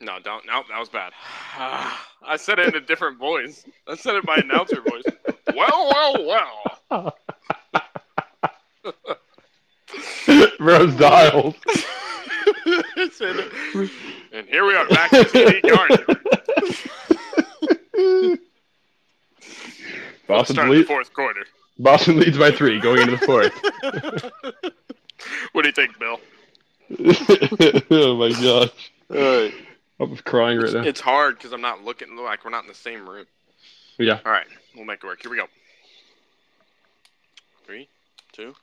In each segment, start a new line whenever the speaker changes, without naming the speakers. No, don't. No, that was bad. I said it in a different voice. I said it by announcer voice. Well, well, well.
Rose Dials.
It's in- and here we are back to TD Garden. We'll
Boston,
start the
lead,
fourth quarter.
Boston leads by three going into the fourth.
What do you think, Bill?
oh my gosh. I'm crying right
It's,
now.
it's hard because I'm not looking like we're not in the same room.
Yeah.
All right, we'll make it work. Here we go. Three, two.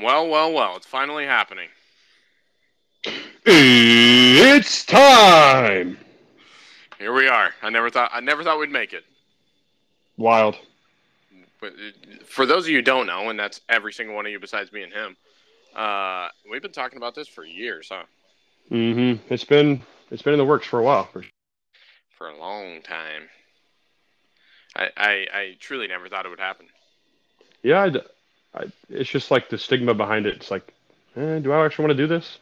Well, well, well. It's finally happening.
It's time.
Here we are. I never thought. I never thought we'd make it.
Wild.
But uh, for those of you who don't know, and that's every single one of you besides me and him, uh, we've been talking about this for years, huh?
Mm-hmm. It's been it's been in the works for a while. For
For a long time. I, I, I truly never thought it would happen.
Yeah, I'd, I, it's just like the stigma behind it. It's like, eh, do I actually want to do this?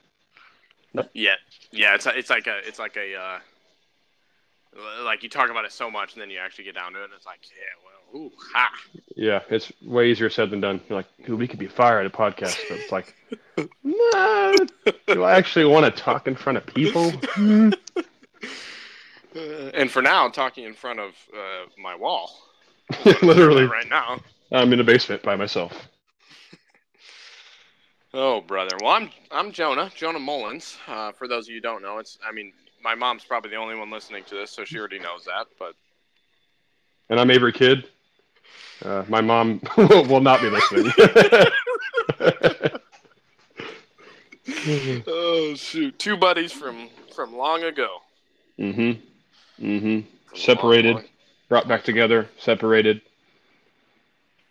Yeah, yeah. It's it's like a it's like a uh, l- like you talk about it so much, and then you actually get down to it, and it's like, yeah, well, ooh, ha.
Yeah, it's way easier said than done. You're like, dude, we could be fired at a podcast, but it's like, nah, do I actually want to talk in front of people? Hmm.
And for now, talking in front of uh, my wall,
Literally,
right now.
I'm in the basement by myself.
Oh, brother. Well, I'm I'm Jonah Jonah Mullins. Uh, for those of you who don't know, it's I mean, my mom's probably the only one listening to this, so she already knows that. But
And I'm Avery Kidd. Uh, my mom will not be listening.
oh shoot, two buddies from from long ago,
mm-hmm. Mm-hmm.
From long,
Separated.
long-
Brought back together, separated,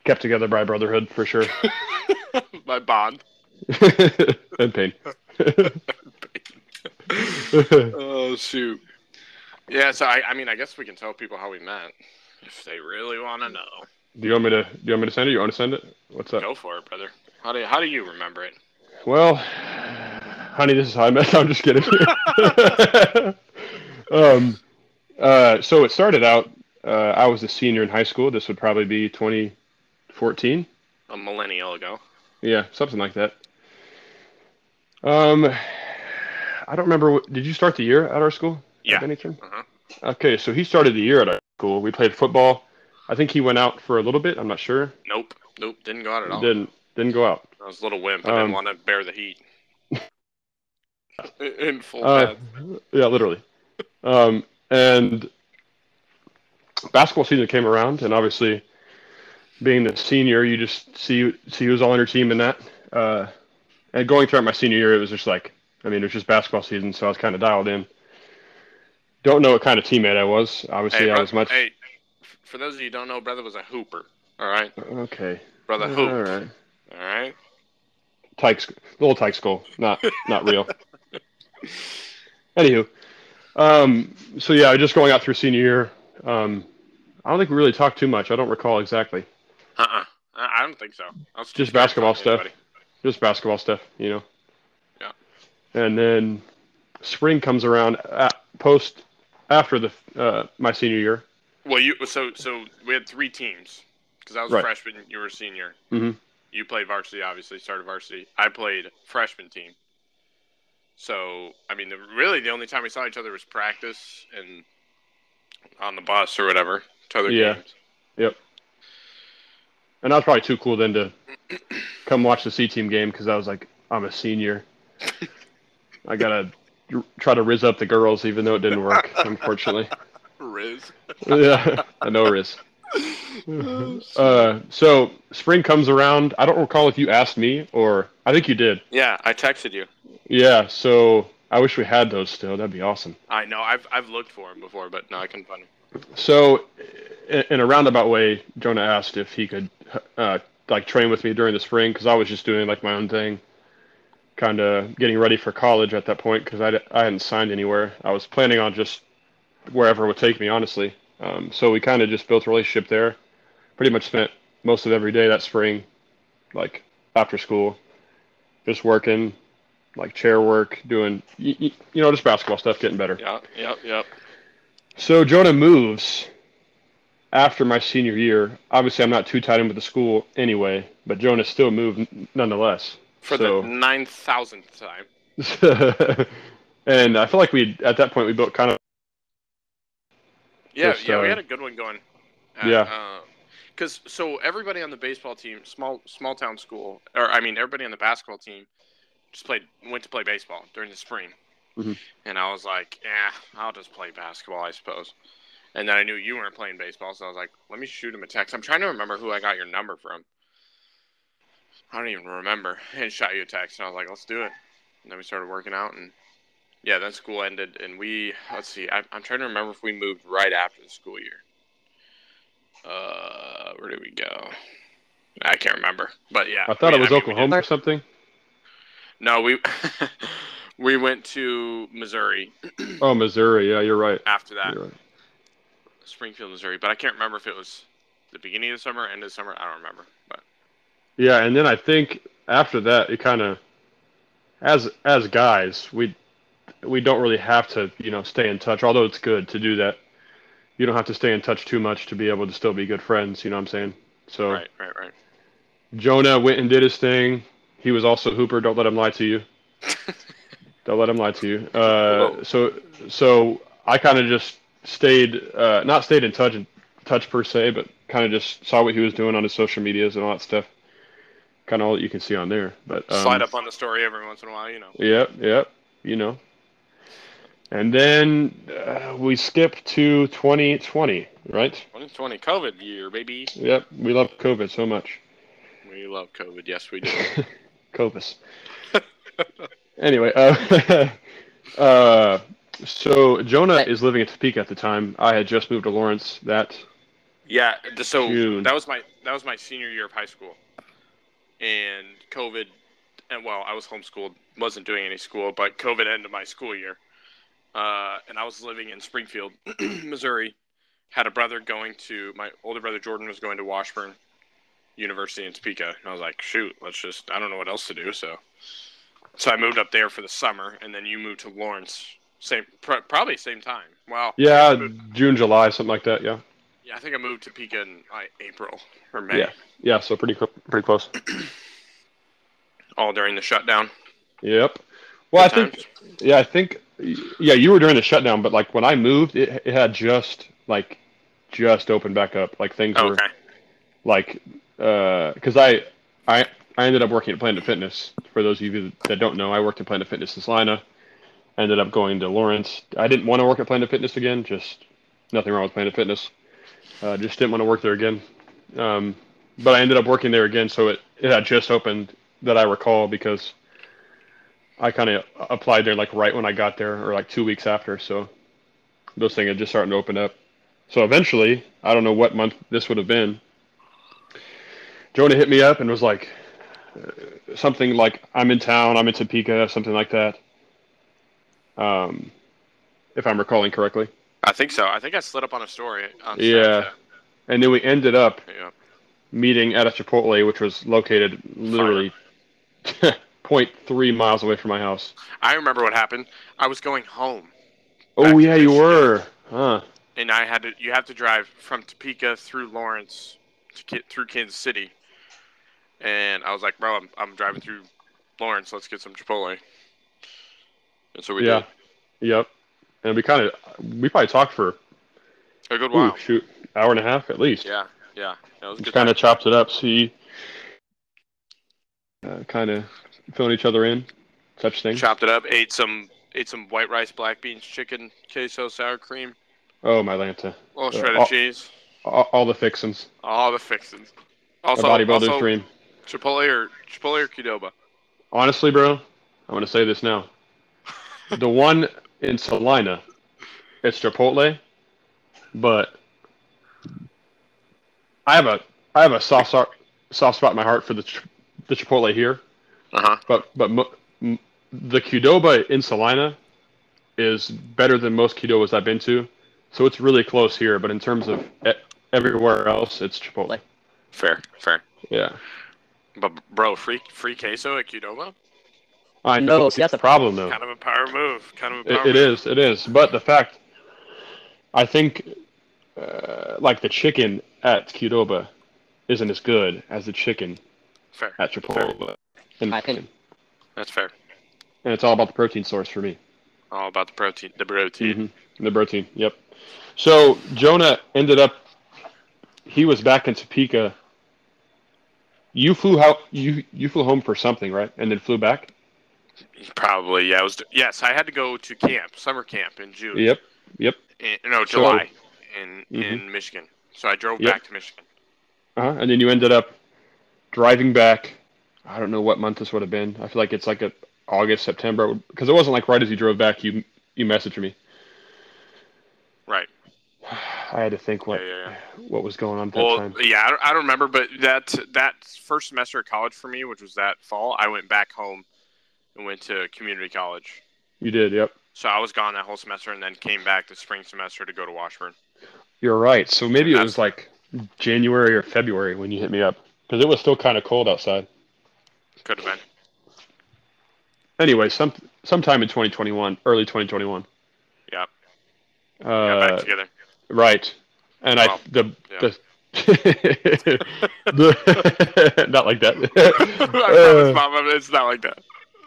kept together by brotherhood for sure,
by bond.
and pain.
Oh shoot. Yeah, so I, I mean, I guess we can tell people how we met if they really want to know.
Do you want me to? Do you want me to send it? You want to send it? What's up?
Go for it, brother. How do how do you remember it?
Well, honey, this is how I met. I'm just kidding. um, uh, so it started out. Uh, I was a senior in high school. This would probably be 2014.
A millennial ago.
Yeah, something like that. Um, I don't remember. What, did you start the year at our school?
Yeah.
Bennington?
Uh-huh.
Okay, so he started the year at our school. We played football. I think he went out for a little bit. I'm not sure.
Nope. Nope. Didn't go out at all.
Didn't didn't go out.
I was a little wimp. I didn't
Um,
want to bear the heat. In full
Uh,
pads.
yeah, literally. Um, and basketball season came around, and obviously, being the senior, you just see see who's all on your team and that. Uh, and going throughout my senior year, it was just like, I mean, it was just basketball season, so I was kind of dialed in. Don't know what kind of teammate I was. Obviously, I
bro-
was much
hey, f- for those of you who don't know, brother was a hooper. All right,
okay.
brother hoop.
All right,
All right.
Tyke's little Tyke's goal, not not real. Anywho, um, so yeah, just going out through senior year. Um, I don't think we really talked too much. I don't recall exactly.
Uh uh I I don't think so. I was
Just basketball
Hey,
stuff.
buddy.
Just basketball stuff, you know.
Yeah.
And then spring comes around at, post after the uh, my senior year.
Well, you so so we had three teams because I was
Right.
freshman, you were senior.
Mhm.
You played varsity, obviously started varsity. I played freshman team. So I mean, the, really, the only time we saw each other was practice and on the bus or whatever to other
Yeah.
games.
And I was probably too cool then to come watch the C team game because I was like, I'm a senior. I gotta try to riz up the girls, even though it didn't work, unfortunately.
Riz.
yeah, I know riz. Uh, so spring comes around. I don't recall if you asked me or I think you did.
Yeah, I texted you.
Yeah. So I wish we had those still. That'd be awesome.
I know. I've I've looked for him before, but no, I couldn't find him.
So, i- in a roundabout way, Jonah asked if he could uh, like train with me during the spring because I was just doing like my own thing, kind of getting ready for college at that point because I, d- I hadn't signed anywhere. I was planning on just wherever it would take me, honestly. Um, so we kind of just built a relationship there. Pretty much spent most of every day that spring, like after school, just working, like chair work, doing you, you know just basketball stuff, getting better.
Yeah, yep, yep.
So Jonah moves after my senior year. Obviously, I'm not too tied in with the school anyway, but Jonah still moved n- nonetheless.
For
So-
the nine thousandth time.
and I feel like we at that point we built kind of
Yeah,
Just,
yeah, we
uh,
had a good one going.
yeah.
Because so everybody on the baseball team, small small town school, or I mean everybody on the basketball team, just played went to play baseball during the spring,
Mhm.
and I was like, yeah, I'll just play basketball, I suppose. And then I knew you weren't playing baseball, so I was like, let me shoot him a text. I'm trying to remember who I got your number from. I don't even remember. And shot you a text, and I was like, let's do it. And then we started working out, and yeah, then school ended, and we let's see, I, I'm trying to remember if we moved right after the school year. Uh, where did we go? I can't remember, but yeah,
I thought
we-
it was
mean, we did-
Oklahoma or something.
no, we we went to Missouri
Oh, Missouri. Yeah, you're right.
after that,
You're right.
Springfield, Missouri. But I can't remember if it was the beginning of the summer, end of the summer. I don't remember. But
Yeah, and then I think after that, it kind of as as guys, we we don't really have to you know stay in touch. Although it's good to do that, you don't have to stay in touch too much to be able to still be good friends. You know what I'm saying? So
right, right, right.
Jonah went and did his thing. He was also Hooper. Don't let him lie to you. don't let him lie to you. Uh,
Whoa.
so so I kind of just stayed uh, not stayed in touch touch per se, but kind of just saw what he was doing on his social medias and all that stuff. Kind of all that you can see on there. But um,
Slide up on the story every once in a while, you know.
Yep, yep. You know. And then uh, we skip to 2020, right?
2020 COVID year, baby.
Yep, we love COVID so much.
We love COVID. Yes, we do.
Covis. anyway, uh, uh, so Jonah is living in Topeka at the time. I had just moved to Lawrence. That
Yeah, th- so
June.
that was my that was my senior year of high school, and COVID, and well, I was homeschooled, wasn't doing any school, but COVID ended my school year, uh, and I was living in Springfield, Missouri. Had a brother going to my older brother Jordan was going to Washburn University in Topeka, and I was like, shoot, let's just I don't know what else to do, so so I moved up there for the summer, and then you moved to Lawrence, same pr- probably same time. Wow.
yeah, June, July, something like that. Yeah,
Yeah, I think I moved to Topeka in like April or May.
Yeah. yeah. So pretty cl- pretty close.
all during the shutdown.
Yep. Well, I
Good
think
times.
yeah, I think yeah, you were during the shutdown, but like when I moved, it, it had just like just opened back up. Like things were
Okay.
like because I I I ended up working at Planet Fitness. For those of you that don't know, I worked at Planet Fitness in Salina. Ended up going to Lawrence. I didn't want to work at Planet Fitness again. Just nothing wrong with Planet Fitness. Uh, just didn't want to work there again. Um, but I ended up working there again. So it it had just opened that I recall because I kind of applied there like right when I got there or like two weeks after. So those things had just starting to open up. So eventually, I don't know what month this would have been. Jonah hit me up and was like, uh, something like, I'm in town, I'm in Topeka, something like that. Um, if I'm recalling correctly.
I think so. I think I slid up on a story. On
Yeah. And then we ended up
Snapchat. Yeah.
meeting at a Chipotle, which was located literally 0.3 miles away from my house.
I remember what happened. I was going home, Back
Oh,
to
yeah, you
Michigan.
were. Huh.
and I had to. You have to drive from Topeka through Lawrence to get through Kansas City, and I was like, "Bro, I'm, I'm driving through Lawrence. Let's get some Chipotle." And so we
Yeah.
did
Yep. And we kind of, we probably talked for,
a good
wow.
while.
shoot, hour and a half at least.
Yeah, yeah. That was a good.
Just kind
time.
of chopped it up. See, uh, kind of filling each other in, such things.
Chopped it up. Ate some. Ate some white rice, black beans, chicken, queso, sour cream,
Oh, my Lanta.
a little
Uh,
shredded
all-
cheese,
All, all the fixins.
all the fixings.
A
Also,
bodybuilder's
also
dream.
Chipotle or Chipotle or Qdoba.
Honestly, bro, I'm going to say this now. the one in Salina, it's Chipotle, but I have a I have a soft spot, soft spot in my heart for the Ch- the Chipotle here,
Uh huh.
but but mo- m- the Qdoba in Salina is better than most Qdobas I've been to, so it's really close here. But in terms of e- everywhere else, it's Chipotle.
Fair, fair.
Yeah.
But bro, free free queso at Qdoba.
I
No,
know
see, that's
the
a-
problem though.
Kind of a power move. Kind of a power
Oh. It, it
move.
is. It is. But the fact, I think, uh, like the chicken at Qdoba isn't as good as the chicken
Fair.
at Chipotle. And,
I think-
and
That's fair.
it's all about the protein source for me.
All about the protein. The protein.
Mhm. The protein. Yep. So Jonah ended up. He was back in Topeka. You flew how you you flew home for something, right? And then flew back. Mm-hmm.
Probably. Yeah. I was. Yes, I had to go to camp, summer camp in June.
Yep.
in- no,
So-
July in in
Mhm.
Michigan. So I drove
Yep.
back to Michigan.
Uh-huh. And then you ended up driving back. I don't know what month this would have been. I feel like it's like a August, September, because it wasn't like right as you drove back. You you messaged me.
Right.
I had to think what
Yeah, yeah,
what was going on at
Well,
that time.
yeah, I don't, I don't remember, but that that first semester of college for me, which was that fall, I went back home and went to community college.
You did, yep.
So I was gone that whole semester, and then came back the spring semester to go to Washburn.
You're right. So maybe it
That's-
was like January or February when you hit me up because it was still kind of cold outside.
Could have been.
Anyway, some sometime in 2021, early 2021.
Yep. Got back
Uh,
together.
right. And
Wow.
I the
Yeah.
the. the not like
I
that.
promise, Mom, it's not like that.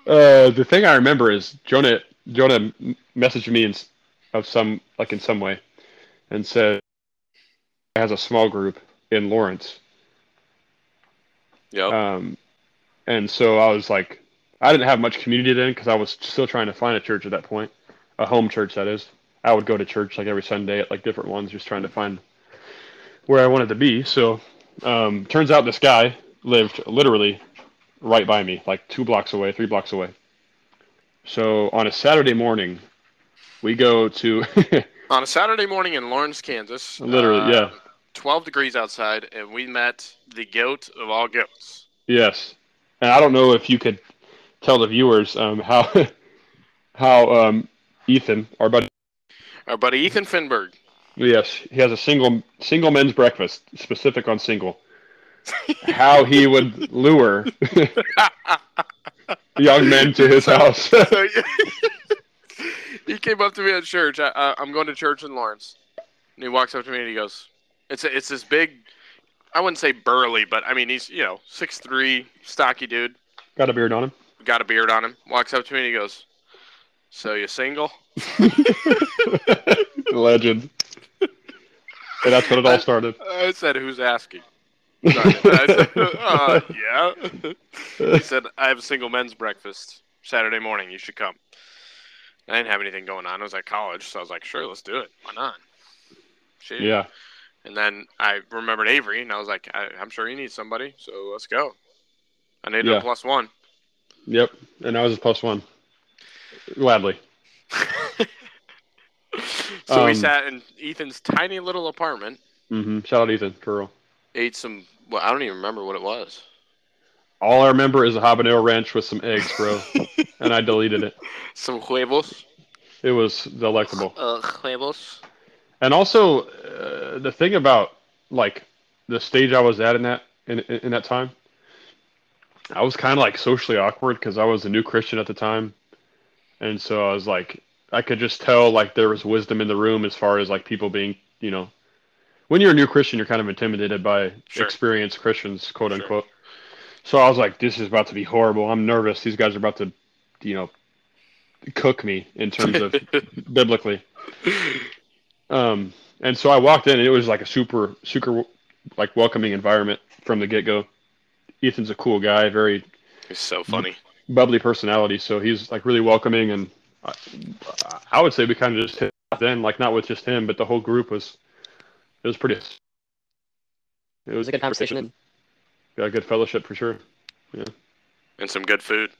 Uh, the thing I remember is Jonah. Jonah m- messaged me in s- of some like in some way, and said has a small group in Lawrence.
Yep.
Um, and so I was like, I didn't have much community then because I was still trying to find a church at that point, a home church that is. I would go to church like every Sunday at like different ones, just trying to find where I wanted to be. So, um, turns out this guy lived literally right by me, like two blocks away, three blocks away. So on a Saturday morning, we go to
On a Saturday morning in Lawrence, Kansas.
literally,
uh,
yeah,
12 degrees outside, and we met the goat of all goats.
Yes, and I don't know if you could tell the viewers um, how how um, Ethan, our buddy,
Our buddy Ethan Finberg.
yes, he has a single single men's breakfast specific on single. how he would lure young men to his house.
So, he came up to me at church. I, I, I'm going to church in Lawrence. And he walks up to me and he goes, "It's a, it's this big, I wouldn't say burly, but I mean he's you know six three, stocky dude,
Got a beard on him.
got a beard on him. Walks up to me and he goes, "So you single?"
Legend. And that's when it all started.
I said, "Who's asking?" Sorry. I said, uh, yeah. he said, I have a single men's breakfast Saturday morning. You should come. I didn't have anything going on. I was at college, so I was like, sure, let's do it. Why not? Shit.
yeah.
And then I remembered Avery, and I was like, I, I'm sure he needs somebody, so let's go. I needed
Yeah.
a plus one.
Yep. And I was a plus one. Gladly.
so we
Um,
sat in Ethan's tiny little apartment,
hmm Shout out Ethan, for real.
ate some, well, I don't even remember what it was.
All I remember is a habanero ranch with some eggs, bro. and I deleted it.
Some huevos.
It was delectable.
Uh, huevos.
And also, uh, the thing about like the stage I was at in that in, in in that time, I was kind of like socially awkward because I was a new Christian at the time, and so I was like, I could just tell like there was wisdom in the room as far as like people being, you know, when you're a new Christian, you're kind of intimidated by
Sure.
experienced Christians, quote
Sure.
unquote. So I was like, this is about to be horrible. I'm nervous. These guys are about to, you know, cook me in terms of biblically. Um, and so I walked in, and it was like a super, super, like welcoming environment from the get go. Ethan's a cool guy, very
It's so funny.
bubbly personality, so he's like really welcoming, and I, I would say we kind of just hit it then, like not with just him, but the whole group was. It was pretty.
It was a good conversation.
Yeah, good fellowship for sure.
And some good food.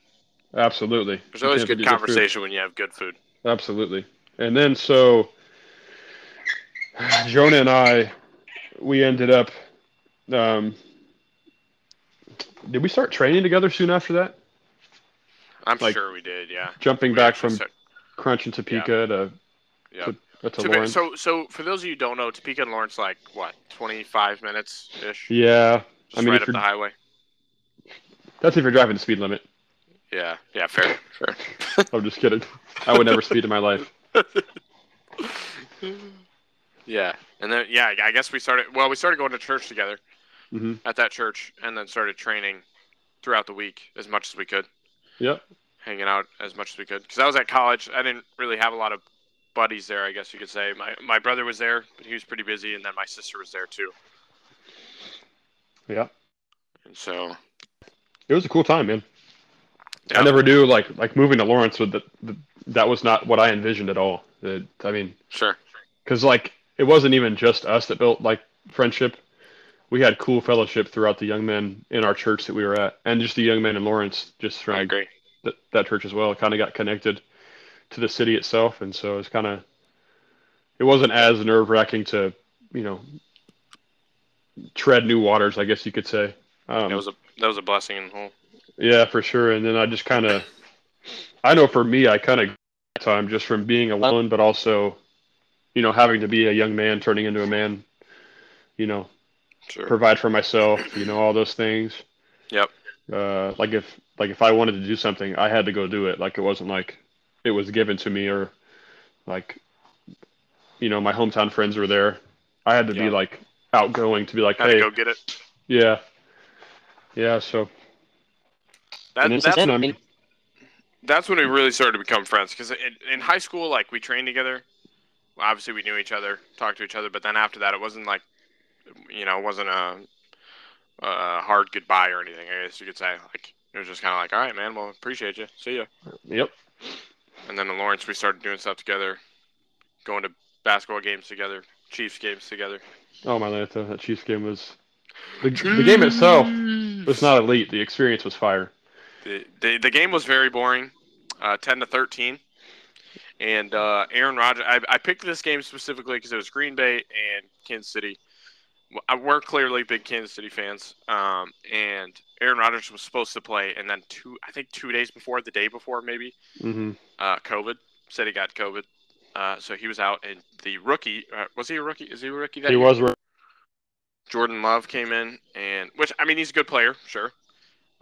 Absolutely.
There's always
You
good
can't forget the food.
conversation when you have good food.
Absolutely. And then so Jonah and I, we ended up. Um, did we start training together soon after that?
I'm
Like-
sure we did, yeah.
Jumping
We
back
actually
from
start-
Crunch and Topeka to,
yeah.
to, to
Topeka-
Lawrence.
so, so for those of you who don't know, Topeka and Lawrence, like what, 25 minutes ish,
yeah,
just
I mean,
right
if
up
you're-
the highway.
that's if you're driving the speed limit.
Yeah, yeah, fair, fair.
I'm just kidding. I would never speed in my life.
yeah, and then yeah, I guess we started. Well, we started going to church together
Mhm.
at that church, and then started training throughout the week as much as we could,
Yep.
hanging out as much as we could. Because I was at college, I didn't really have a lot of buddies there. I guess you could say my my brother was there, but he was pretty busy, and then my sister was there too.
Yeah.
And so
It was a cool time, man.
Yeah.
I never knew like like moving to Lawrence would that that was not what I envisioned at all. It, I mean,
sure,
because like it wasn't even just us that built like friendship. We had cool fellowship throughout the young men in our church that we were at, and just the young men in Lawrence, just
I
from
agree.
that, that church as well kind of got connected to the city itself and so it's kind of it wasn't as nerve wracking to you know tread new waters i guess you could say um,
That was a that was a blessing in the whole.
yeah for sure and then i just kind of i know for me i kind of time just from being alone but also you know having to be a young man turning into a man you know
Sure.
provide for myself you know all those things
Yep.
uh like if like if i wanted to do something i had to go do it like it wasn't like it was given to me or like you know my hometown friends were there i had to
Yeah.
be like outgoing to be like
Had to
hey
go get it.
yeah yeah so
That,
and it's
that's
just-
Then-
um,
then-
that's when we really started to become friends because in, in high school like we trained together Well, obviously we knew each other talked to each other but then after that it wasn't like you know it wasn't a, a hard goodbye or anything i guess you could say like it was just kind of like all right man well appreciate you see ya
yep
and then in lawrence we started doing stuff together going to basketball games together chiefs games together
oh my lanta that chiefs game was the, the game itself was not elite the experience was fire
the, the, the game was very boring, uh, 10 to 13. And uh, Aaron Rodgers, I, I picked this game specifically because it was Green Bay and Kansas City. W- I- We're clearly big Kansas City fans. Um, and Aaron Rodgers was supposed to play, and then two, I think two days before, the day before maybe,
hmm
uh, COVID said he got COVID. Uh, so he was out, and the rookie uh, was he a rookie? Is he a rookie? That
he
year?
was re-
Jordan Love came in, and which I mean he's a good player, sure.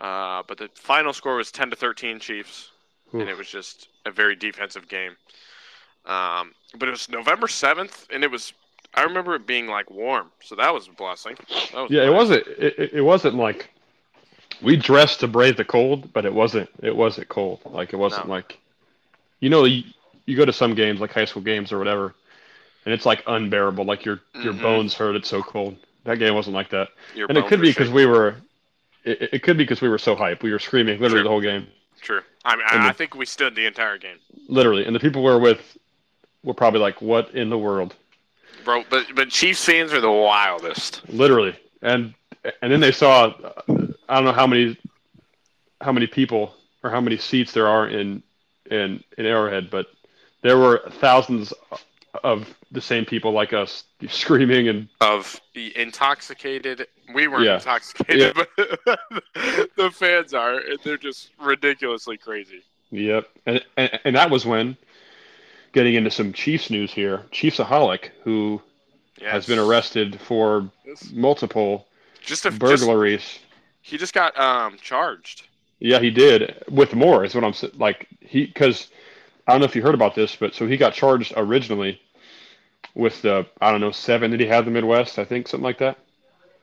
Uh, but the final score was ten to thirteen Chiefs, and
Oof.
it was just a very defensive game. Um, but it was November seventh, and it was I remember it being like warm, so that was a blessing. That was
yeah it
nice.
wasn't it, it- it wasn't like we dressed to brave the cold but it wasn't it wasn't cold like it wasn't
No.
like you know you, you go to some games like high school games or whatever and it's like unbearable like your your
Mhm.
bones hurt it's so cold that game wasn't like that
Your
and it
bones
could
were
be because
shaking.
we were it, it- it could be because we were so hype we were screaming literally
Sure.
the whole game
true. I mean,
and
I,
the-
I think we stood the entire game,
literally and the people we were with were probably like what in the world
bro. But but Chiefs fans are the wildest.
literally and and then they saw uh, i don't know how many how many people or how many seats there are in in in arrowhead but there were thousands of the same people like us screaming and
of the intoxicated. We weren't
Yeah.
intoxicated, but the fans are, and they're just ridiculously crazy.
yep and and, and that was when getting into some chiefs news here chiefsaholic who
Yes.
has been arrested for
This-
multiple
Just a just,
burglaries
He just got um charged.
Yeah, he did with more. Is what I'm saying. Like he, because I don't know if you heard about this, but so he got charged originally with the I don't know seven that he had in the Midwest, I think something like that.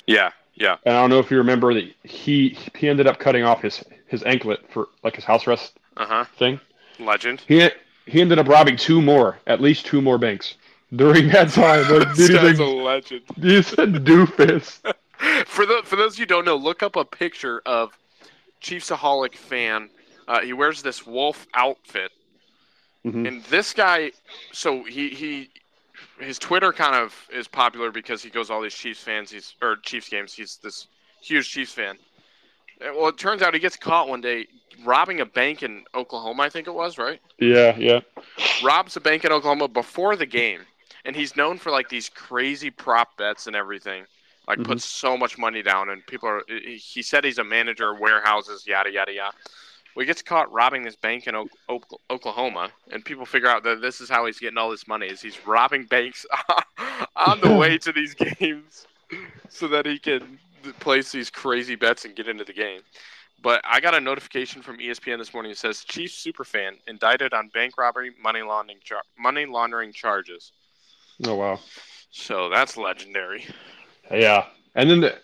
Yeah, yeah,
And I don't know if you remember that he he ended up cutting off his his anklet for like his house arrest
uh huh.
thing.
Legend.
He he ended up robbing two more, at least two more banks during that time. Like,
This
dude,
guy's
he's,
a
like,
legend.
he's a doofus.
For the for those who don't know, look up a picture of Chiefsaholic fan. Uh, he wears this wolf outfit,
Mhm.
and this guy. So he he his Twitter kind of is popular because he goes to all these Chiefs fans. He's or Chiefs games. He's this huge Chiefs fan. Uh, Well, it turns out he gets caught one day robbing a bank in Oklahoma. I think it was right.
Yeah, yeah.
robs a bank in Oklahoma before the game, and he's known for like these crazy prop bets and everything. Like
Mhm.
puts so much money down, and people are. He said he's a manager of warehouses, yada yada yada. Well, he gets caught robbing this bank in o- o- Oklahoma, and people figure out that this is how he's getting all this money. Is he's robbing banks on the way to these games, so that he can place these crazy bets and get into the game. But I got a notification from E ESPN this morning. It says Chiefs superfan indicted on bank robbery, money laundering, char- money laundering charges.
Oh wow.
So that's legendary.
Yeah, and then the.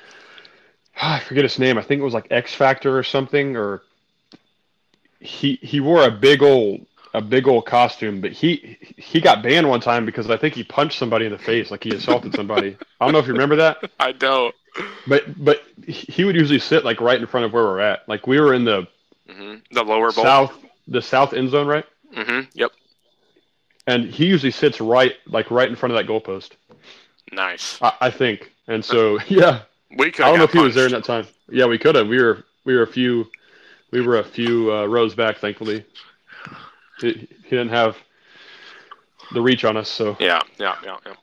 I forget his name. I think it was like X Factor or something, or he he wore a big old a big old costume, but he he got banned one time because I think he punched somebody in the face, like he assaulted somebody. I don't know if you remember that,
I don't.
but but he would usually sit like right in front of where we're at. Like we were in the
hmm The lower bowl.
south the south end zone, right?
hmm Yep.
And he usually sits right like right in front of that goalpost.
Nice.
I, I think, and so yeah,
We could.
I don't know if he was there in that time. Yeah, we could have. We were we were a few we were a few uh, rows back. Thankfully, he, he didn't have the reach on us. So
Yeah, yeah, yeah, yeah.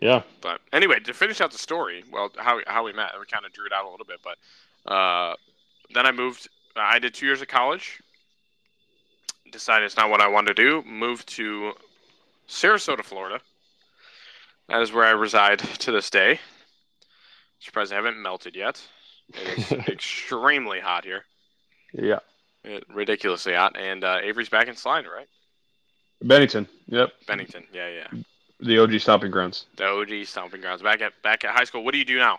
yeah,
But anyway, to finish out the story, well, how how we met, we kind of drew it out a little bit, but uh, then I moved. I did two years of college. Decided it's not what I wanted to do. Moved to Sarasota, Florida. That is where I reside to this day. Surprised I haven't melted yet. It is extremely hot here,
yeah.
It- ridiculously hot. And uh, Avery's back in Slide, right?
Bennington. Yep,
Bennington, yeah, yeah.
the OG stomping grounds.
The OG stomping grounds. Back at back at high school. What do you do now?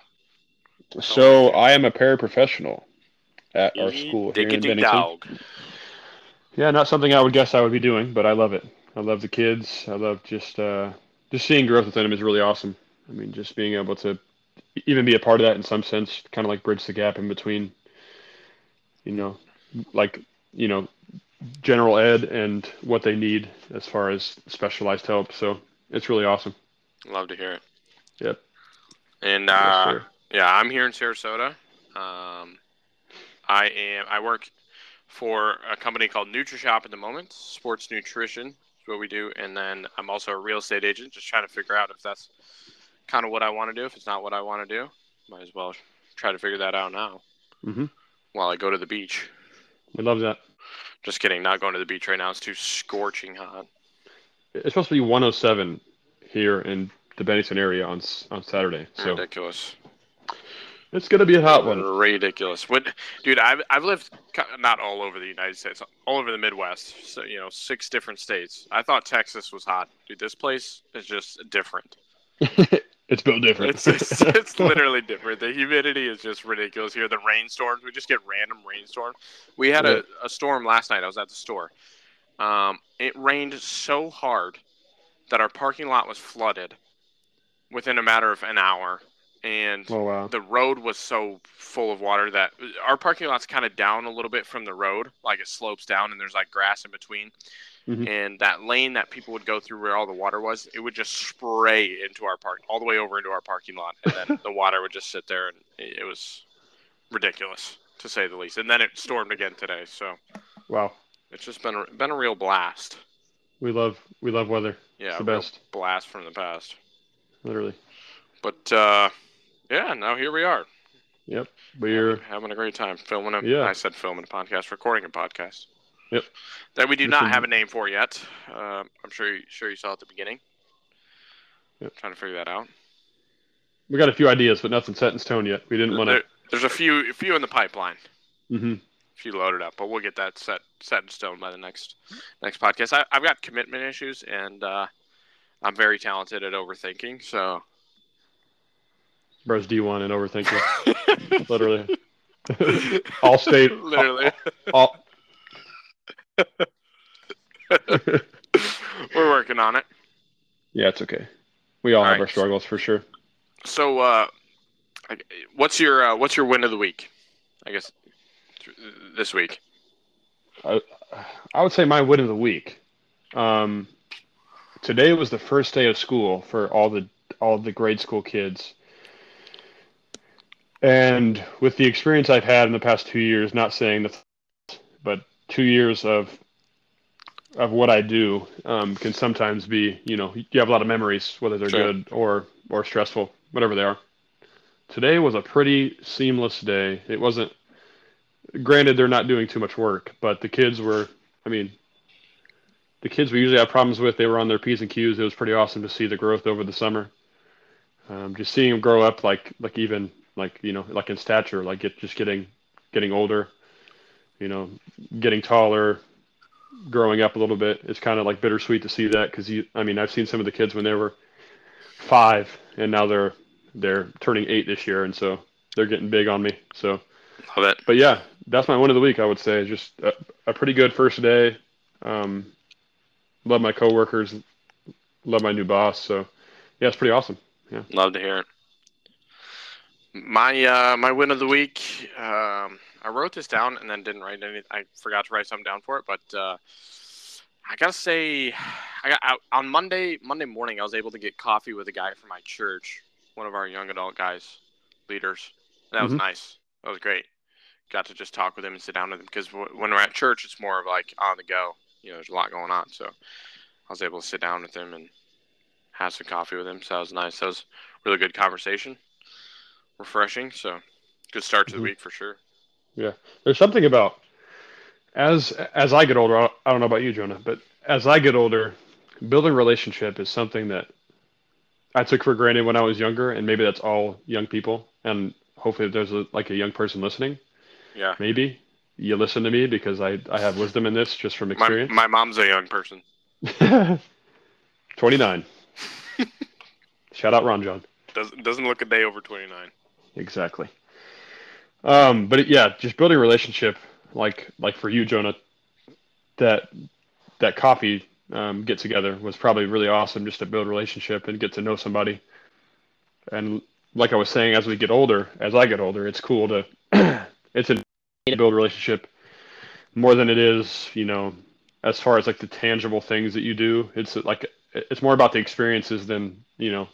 So I am a paraprofessional at our
Eat
school here in
dickety
Bennington.
dog.
Yeah, not something I would guess I would be doing, but I love it. I love the kids. I love just uh, just seeing growth within them is really awesome. I mean, just being able to even be a part of that in some sense, kind of like bridge the gap in between, you know, like you know, general ed and what they need as far as specialized help. So it's really awesome.
Love to hear it.
Yep.
And uh, yeah, I'm here in Sarasota. Um, I am. I work for a company called NutriShop at the moment. Sports nutrition is what we do, and then I'm also a real estate agent, just trying to figure out if that's kind of what I want to do. If it's not what I want to do, might as well try to figure that out now.
Mhm.
While I go to the beach.
we love that.
Just kidding. Not going to the beach right now. It's too scorching hot.
It's supposed to be 107 here in the Bennington area on s- on Saturday, so
Ridiculous.
it's gonna be a hot one.
Ridiculous. What, dude? I've I've lived ki- not all over the United States, all over the Midwest. So you know, six different states. I thought Texas was hot, dude. This place is just different.
It's built different.
It's it's, it's literally different. The humidity is just ridiculous here. The rainstorms. We just get random rainstorms. We had
Yeah.
a, a storm last night. I was at the store. Um, it rained so hard that our parking lot was flooded within a matter of an hour, and
oh wow.
the road was so full of water that uh, our parking lot's kind of down a little bit from the road like it slopes down and there's like grass in between
Mhm.
and that lane that people would go through where all the water was it would just spray into our park all the way over into our parking lot and then the water would just sit there and it it was ridiculous to say the least and then it stormed again today so
Wow,
it's just been a, been a real blast
we love we love weather.
yeah
It's
a
the
real
best,
blast from the past
literally.
but uh yeah now here we are
We're
having a great time filming a
Yeah.
I said filming a podcast, recording a podcast.
Yep.
That we do
This
not
is-
have a name for yet. Um I'm sure you, sure you saw at the beginning.
Yep.
Trying to figure that out.
we got a few ideas, but nothing set in stone yet. We didn't want
There-
to.
there's a few a few in the pipeline,
hmm
a few loaded up, but we'll get that set set in stone by the next next podcast. I, I've got commitment issues, and uh, I'm very talented at overthinking. So
Bro's D1 and overthinking, literally. all state,
literally,
all.
we're working on it.
Yeah, it's okay. We all,
All
have
right.
our struggles for sure.
So, uh, I- what's your uh, what's your win of the week? I guess th- this week.
I would say my win of the week. Um, today was the first day of school for all the all the grade school kids. And with the experience I've had in the past two years, not saying that, but two years of of what I do um, can sometimes be, you know, you have a lot of memories, whether they're
Sure.
good or or stressful, whatever they are. Today was a pretty seamless day. It wasn't. Granted, they're not doing too much work, but the kids were. I mean, the kids we usually have problems with, they were on their P's and Q's. It was pretty awesome to see the growth over the summer. Um, just seeing them grow up, like like even like you know, like in stature, like get just getting getting older, you know, getting taller, growing up a little bit. It's kind of like bittersweet to see that because you, I mean, I've seen some of the kids when they were five, and now they're they're turning eight this year, and so they're getting big on me. So,
Love it.
but yeah, that's my one of the week. I would say just a, a pretty good first day. Um, love my coworkers, love my new boss. So, yeah, it's pretty awesome.
Love to hear it. My uh, my win of the week. Um, I wrote this down and then didn't write any. I forgot to write something down for it, but uh, I gotta say, I got I, on Monday Monday morning. I was able to get coffee with a guy from my church, one of our young adult guys, leaders. That was
Mhm.
nice. That was great. Got to just talk with him and sit down with him because w- when we're at church, it's more of like on the go. You know, there's a lot going on, so I was able to sit down with him and have some coffee with him. So that was nice. That was really good conversation, refreshing. So good start to the
Mhm.
week for sure.
there's something about as as I get older. I I don't know about you, Jonah, but as I get older, building relationship is something that I took for granted when I was younger, and maybe that's all young people. And hopefully, if there's a, like a young person listening,
Yeah,
maybe you listen to me because I I have wisdom in this just from
my,
experience.
my mom's a young person.
29. Shout out Ron John.
Doesn't doesn't look a day over twenty nine.
Exactly. Um, but it- yeah, just building a relationship like like for you, Jonah, that that coffee um, get together was probably really awesome just to build a relationship and get to know somebody. And like I was saying, as we get older, as I get older, it's cool to it's a to build a relationship more than it is, you know, as far as like the tangible things that you do. It's like it's more about the experiences than, you know,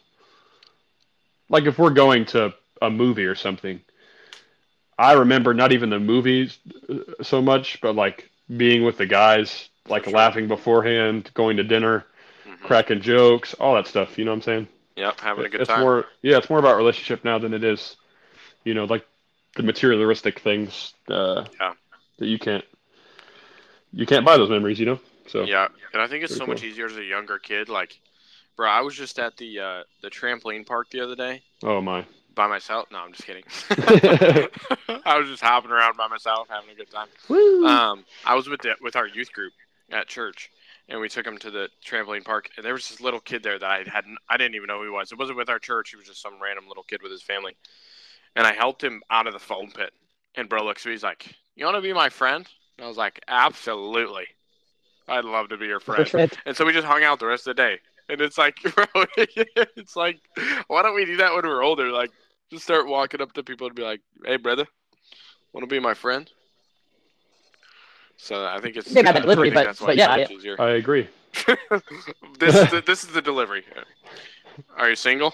like if we're going to a movie or something. I remember not even the movies uh, so much, but like being with the guys, like
Sure.
laughing beforehand, going to dinner, cracking jokes, all that stuff. You know what I'm saying?
Mm-hmm. Yep, having a good
it's
time.
more, yeah, it's more about relationship now than it is, you know, like the materialistic things uh,
Yeah.
that you can't, you can't buy those memories, you know. So
Yeah, and I think it's so
Very
much easier as a younger kid. Like, bro, I was just at the uh, the trampoline park the other day
oh my,
by myself. No, I'm just kidding. I was just hopping around by myself, having a good time.
Woo!
um, I was with the, with our youth group at church, and we took him to the trampoline park. And there was this little kid there that I hadn't, I didn't even know who he was. It wasn't with our church. He was just some random little kid with his family. And I helped him out of the foam pit. And bro looks at me, he's like, "You want to be my friend?" And I was like, "Absolutely, I'd love to be your friend." And so we just hung out the rest of the day. And it's like, bro, it's like, why don't we do that when we're older? Like, just start walking up to people and be like, hey, brother, want to be my friend? So I think it's
Maybe not the delivery,
I think
but-
that's why
but
it's
yeah,
so
I-
much easier.
I agree.
this, is the, this is the delivery. Are you single?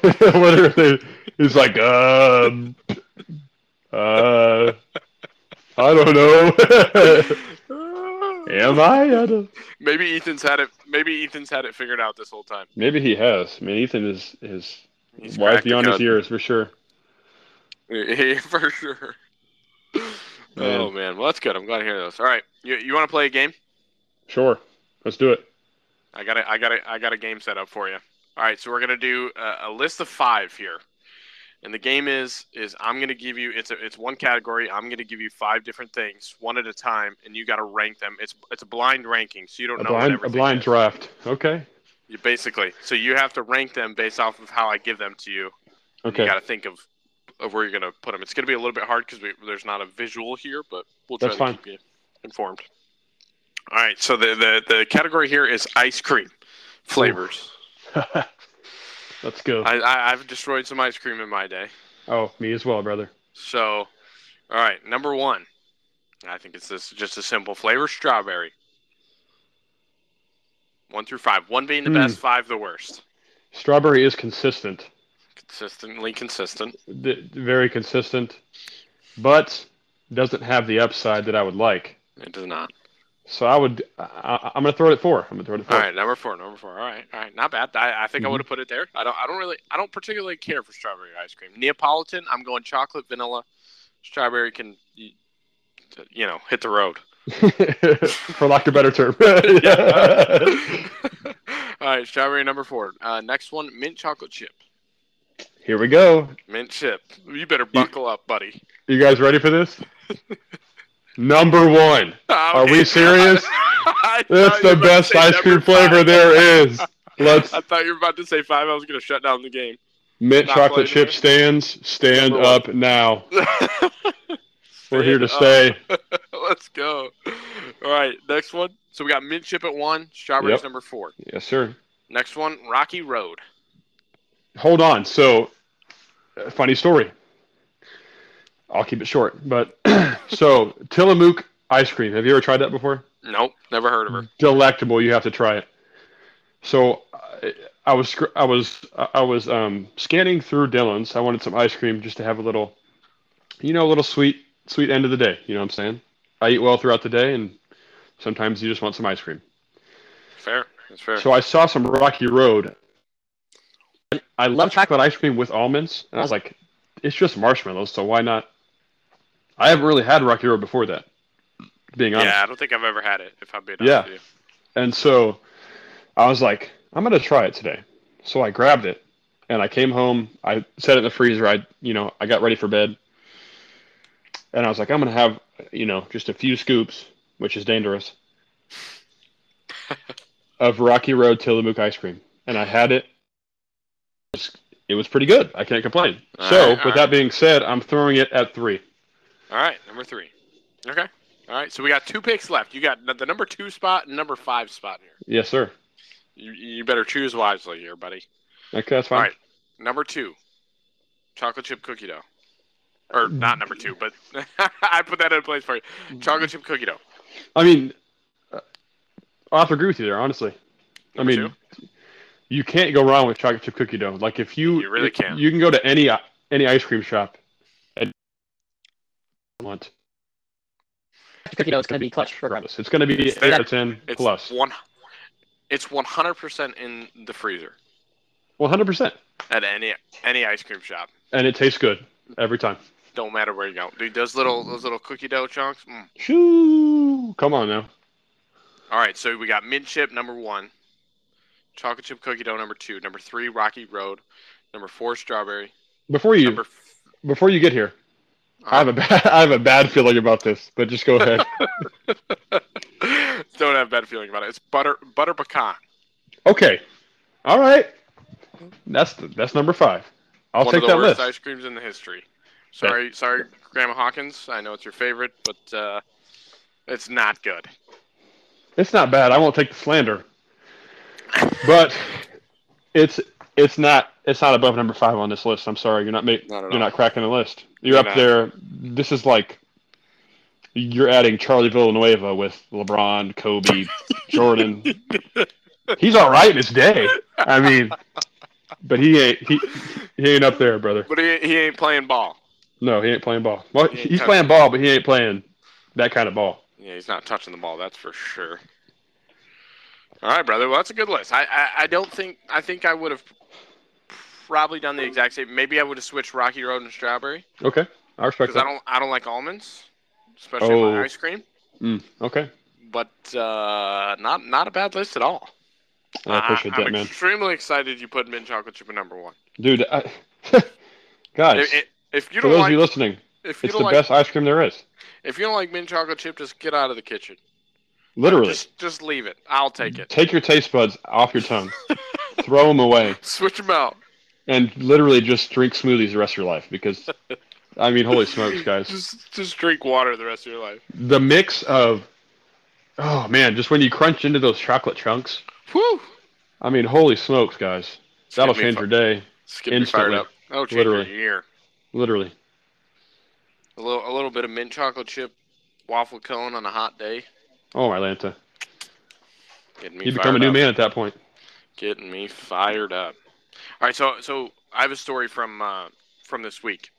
what are they? It's like, um, uh, I don't know. Am I? I don't...
Maybe Ethan's had it. Maybe Ethan's had it figured out this whole time.
Maybe he has. I mean, Ethan is is
He's
wise
cracked the
beyond his
code.
years for sure.
Yeah, for sure. Oh man, well that's good. I'm glad to hear those. All right, you you want to play a game?
Sure, let's do it.
I got a, I got a, I got a game set up for you. All right, so we're gonna do a, a list of five here, and the game is is I'm gonna give you it's a, it's one category. I'm gonna give you five different things, one at a time, and you got to rank them. It's it's a blind ranking, so you don't
A
know what
blind a
everything
blind
is.
draft. Okay.
You basically, so you have to rank them based off of how I give them to you. and
Okay.
You got to think of of where you're gonna put them. It's gonna be a little bit hard because there's not a visual here, but we'll try
That's
to
fine.
keep you informed. All right, so the the the category here is ice cream flavors.
let's go.
I, I, I've destroyed some ice cream in my day.
Oh, me as well, brother.
So, all right, number one. I think it's this just a simple flavor strawberry. One through five. One being the
Hmm.
best, five the worst.
Strawberry is consistent,
Consistently consistent.
D- very consistent, but doesn't have the upside that I would like.
It does not.
So I would. I- I, I'm going to throw it at four. I'm going to throw it at four.
All right, number four, number four. All right, all right, not bad. I, I think I
Mhm.
would have put it there. I don't. I don't really. I don't particularly care for strawberry ice cream. Neapolitan. I'm going chocolate, vanilla. Strawberry can, you, you know, hit the road.
For lack of better term.
All right, strawberry number four. Uh, next one, mint chocolate chip.
Here we go.
Mint chip. You better buckle up, buddy.
You guys ready for this? Number one. Are we serious?
I
That's
thought you were
the
about to
best
say
ice cream
number
flavor
five.
there is. Let's
I thought you were about to say five. I was gonna shut down the game.
mint
Not
chocolate
flavor.
chip stands stand
Number one.
up now. We're here to
Stand up.
stay.
Let's go. All right, next one. So we got mint chip at one, strawberries
Yep.
number four.
Yes, sir.
Next one, Rocky Road.
hold on. So, uh, funny story. I'll keep it short, but so Tillamook ice cream. Have you ever tried that before?
Nope, never heard of
Hmm.
her.
Delectable. You have to try it. So, I, I was scr- I was I was um, scanning through Dylan's. I wanted some ice cream just to have a little, you know, a little sweet sweet end of the day. You know what I'm saying? I eat well throughout the day, and sometimes you just want some ice cream.
Fair. That's fair.
So I saw some Rocky Road. I love
Love fact-
chocolate ice cream with almonds, and I was like, it's just marshmallows, so why not? I haven't really had Rocky Road before that, being honest.
yeah, I don't think I've ever had it. If I'm being
Yeah.
honest with
And so I was like, I'm gonna try it today. So I grabbed it and I came home. I set it in the freezer. I, you know, I got ready for bed. And I was like, I'm gonna have, you know, just a few scoops, which is dangerous, of Rocky Road Tillamook ice cream. And I had it. It was- It was pretty good. I can't complain.
All
so,
right, all
with
right.
that being said, I'm throwing it at three.
you. All right, number three. Okay. All right, so we got two picks left. You got the number two spot and number five spot here.
Yes, sir.
You, you better choose wisely here, buddy.
Okay, that's fine.
All right. Number two, chocolate chip cookie dough. Or not number two, but I put that in place for you. Chocolate chip cookie dough.
I mean, uh, I have to agree with you there, honestly. I
Number
mean,
two.
you can't go wrong with chocolate chip cookie dough. Like if you,
You really can't.
You can go to any any ice cream shop. And want
Cookie dough is going to be clutch regardless.
regardless, it's going to be
It's
eight
there.
out of ten
It's
plus,
one. It's one hundred percent in the freezer
one hundred percent,
at any any ice cream shop.
and it tastes good every time.
Don't matter where you go, dude. Those little those little cookie dough chunks. Mm.
Shoo! Come on now.
All right, so we got mint chip number one, chocolate chip cookie dough number two, number three Rocky Road, number four strawberry,
Before you
number. F-
before you get here, I have
uh,
a bad I have a bad feeling about this. But just go ahead.
don't have a bad feeling about it. It's butter butter pecan.
okay, all right. That's that's number five. I'll
one
take
of the
that
worst
list.
ice creams in the history. Sorry, sorry, Grandma Hawkins. I know it's your favorite, but uh, it's not good.
It's not bad. I won't take the slander, but it's it's not it's not above number five on this list. I'm sorry, you're not ma-
Not at
you're
all.
not cracking the list. You're,
You're
up
not.
there. This is like you're adding Charlie Villanueva with LeBron, Kobe, Jordan. He's all right in his day. I mean, but he ain't he, he ain't up there, brother.
But he, he ain't playing ball.
No, he ain't playing ball. Well,
He ain't
he's
touching
playing
it.
ball, but he ain't playing that kind of ball.
Yeah, he's not touching the ball. That's for sure. All right, brother. Well, that's a good list. I I, I don't think I think I would have probably done the exact same. Maybe I would have switched Rocky Road and Strawberry
Okay, I respect
because I
that.
don't I don't like almonds, especially in
Oh.
my ice cream.
Mm, okay,
But uh, not not a bad list at all.
I appreciate
am
that, man.
extremely excited you put mint chocolate chip at number one.
dude. I, guys,
If, if you
for
don't
those
like,
of you listening,
if you
it's the
don't like,
best ice cream there is.
if you don't like mint chocolate chip, just get out of the kitchen.
Literally,
Just, just leave it. I'll take it.
take your taste buds off your tongue, throw them away,
Switch them out.
and literally just drink smoothies the rest of your life. Because, I mean, holy smokes, guys,
Just, just drink water the rest of your life.
the mix of, oh man, just when you crunch into those chocolate chunks.
Whew.
I mean, holy smokes, guys, that'll
Skip me
change
fi-
your day.
skip me fired
instantly.
up. That'll change
Literally.
your year.
Literally,
A little, a little bit of mint chocolate chip waffle cone on a hot day.
oh my Lanta,
Getting me
you
fired
become a new
up.
man at that point.
Getting me fired up. All right, so so I have a story from uh, from this week.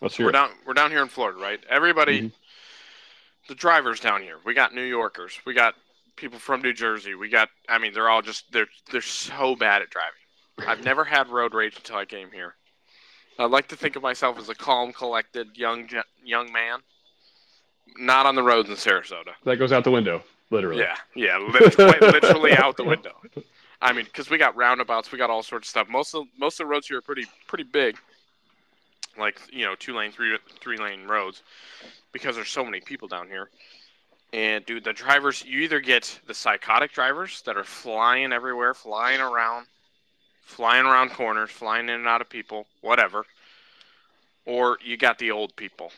Let's hear
We're
it.
down we're down here in Florida, right? Everybody
Mm-hmm.
the drivers down here. We got New Yorkers. We got people from New Jersey. We got I mean, they're all just they're they're so bad at driving. I've never had road rage until I came here. I like to think of myself as a calm, collected young gen- young man. Not on the roads in Sarasota.
That goes out the window, literally.
Yeah, yeah, lit- quite literally out the window. I mean, because we got roundabouts, we got all sorts of stuff. Most of most of the roads here are pretty pretty big, like you know, two lane, three three lane roads, because there's so many people down here. And dude, the drivers you either get the psychotic drivers that are flying everywhere, flying around, flying around corners, flying in and out of people, whatever, or you got the old people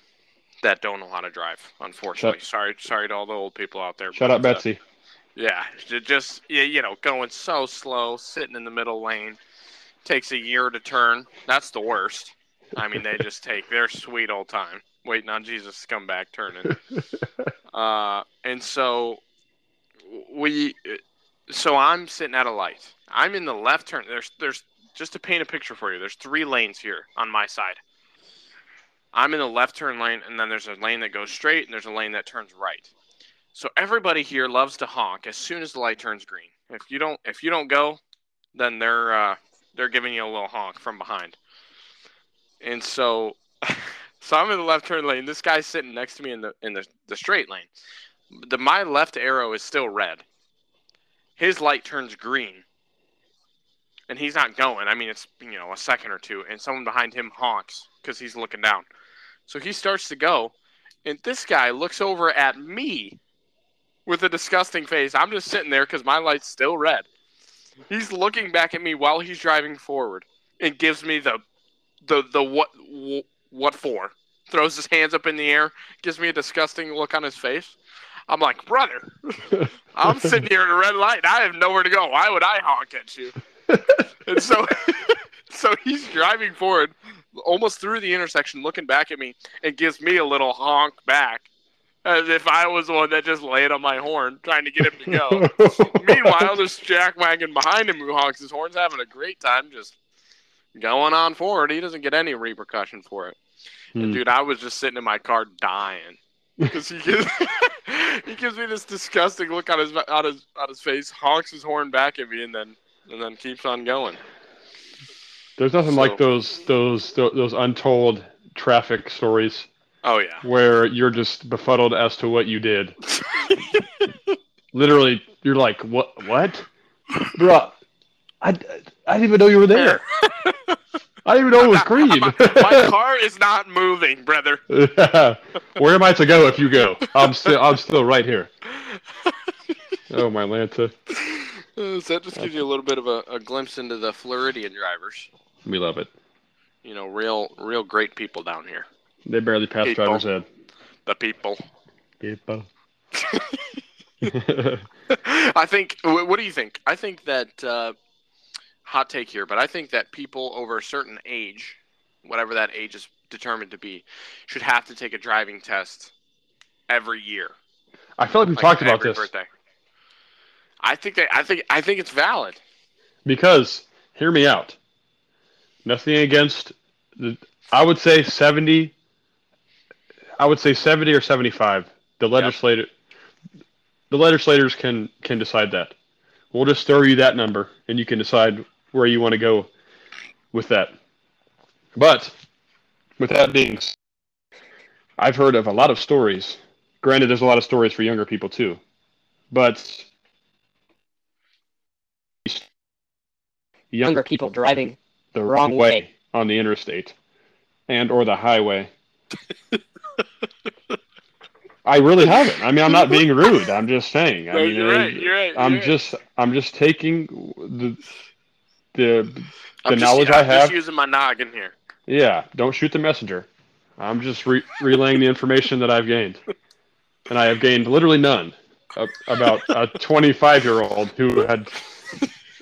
that don't know how to drive. Unfortunately, sorry, sorry to all the old people out there.
Shout
but,
out
uh,
Betsy.
yeah, ju- just y- you know, going so slow, sitting in the middle lane, takes a year to turn. That's the worst. I mean, they just take their sweet old time waiting on Jesus to come back turning. Uh, and so we, so I'm sitting at a light. I'm in the left turn. There's there's just to paint a picture for you. There's three lanes here on my side. I'm in the left turn lane, and then there's a lane that goes straight, and there's a lane that turns right. So everybody here loves to honk as soon as the light turns green. If you don't if you don't go, then they're uh, they're giving you a little honk from behind. And so so I'm in the left turn lane. This guy's sitting next to me in the in the, the straight lane. The my left arrow is still red. His light turns green. And he's not going. I mean, it's you know a second or two, and someone behind him honks because he's looking down. So he starts to go, and this guy looks over at me with a disgusting face. I'm just sitting there because my light's still red. He's looking back at me while he's driving forward and gives me the the the what wh- what for? Throws his hands up in the air, gives me a disgusting look on his face. I'm like, brother, I'm sitting here in a red light. I have nowhere to go. Why would I honk at you? and so, so he's driving forward, almost through the intersection, looking back at me, and gives me a little honk back, as if I was the one that just laid on my horn trying to get him to go. Oh. Meanwhile, this jackwagon behind him who honks his horns having a great time just going on forward. He doesn't get any repercussion for it.
Hmm.
And dude, I was just sitting in my car dying because he gives he gives me this disgusting look on his on his on his face, honks his horn back at me, and then and then keeps on going.
There's nothing
So-
like those those tho- those untold traffic stories
Oh yeah,
where you're just befuddled as to what you did. Literally, you're like, "What? What, bro? I, I didn't even know you were there. I didn't even know it was green.
my car is not moving, brother.
Where am I to go if you go? I'm still I'm still right here. Oh my Lanta,
Uh, so that just gives you a little bit of a, a glimpse into the Floridian drivers.
we love it.
You know, real real great people down here.
They barely pass
People.
driver's ed.
The people.
People.
I think. wh- What do you think? I think that uh, hot take here, but I think that people over a certain age, whatever that age is determined to be, should have to take a driving test every year.
I feel like we
like
talked about
every
this
Birthday. I think that I think I think it's valid.
because hear me out. Nothing against the. I would say seventy. I would say seventy or seventy-five. The legislator, the legislators can can decide that. We'll just throw you that number, and you can decide where you want to go with that. But with that being, s- I've heard of a lot of stories. Granted, there's a lot of stories for younger people too, but
Younger people driving.
the wrong way on the interstate and or the highway. I really haven't. I mean, I'm not being rude. I'm just saying. I mean,
you're right.
I-
You're right.
I'm
you're right.
just I'm just taking the the
I'm just-
knowledge
I'm
I
just
have-
using my noggin here.
yeah. Don't shoot the messenger. I'm just re- relaying the information that I've gained, and I have gained literally none a- about a 25 year old who had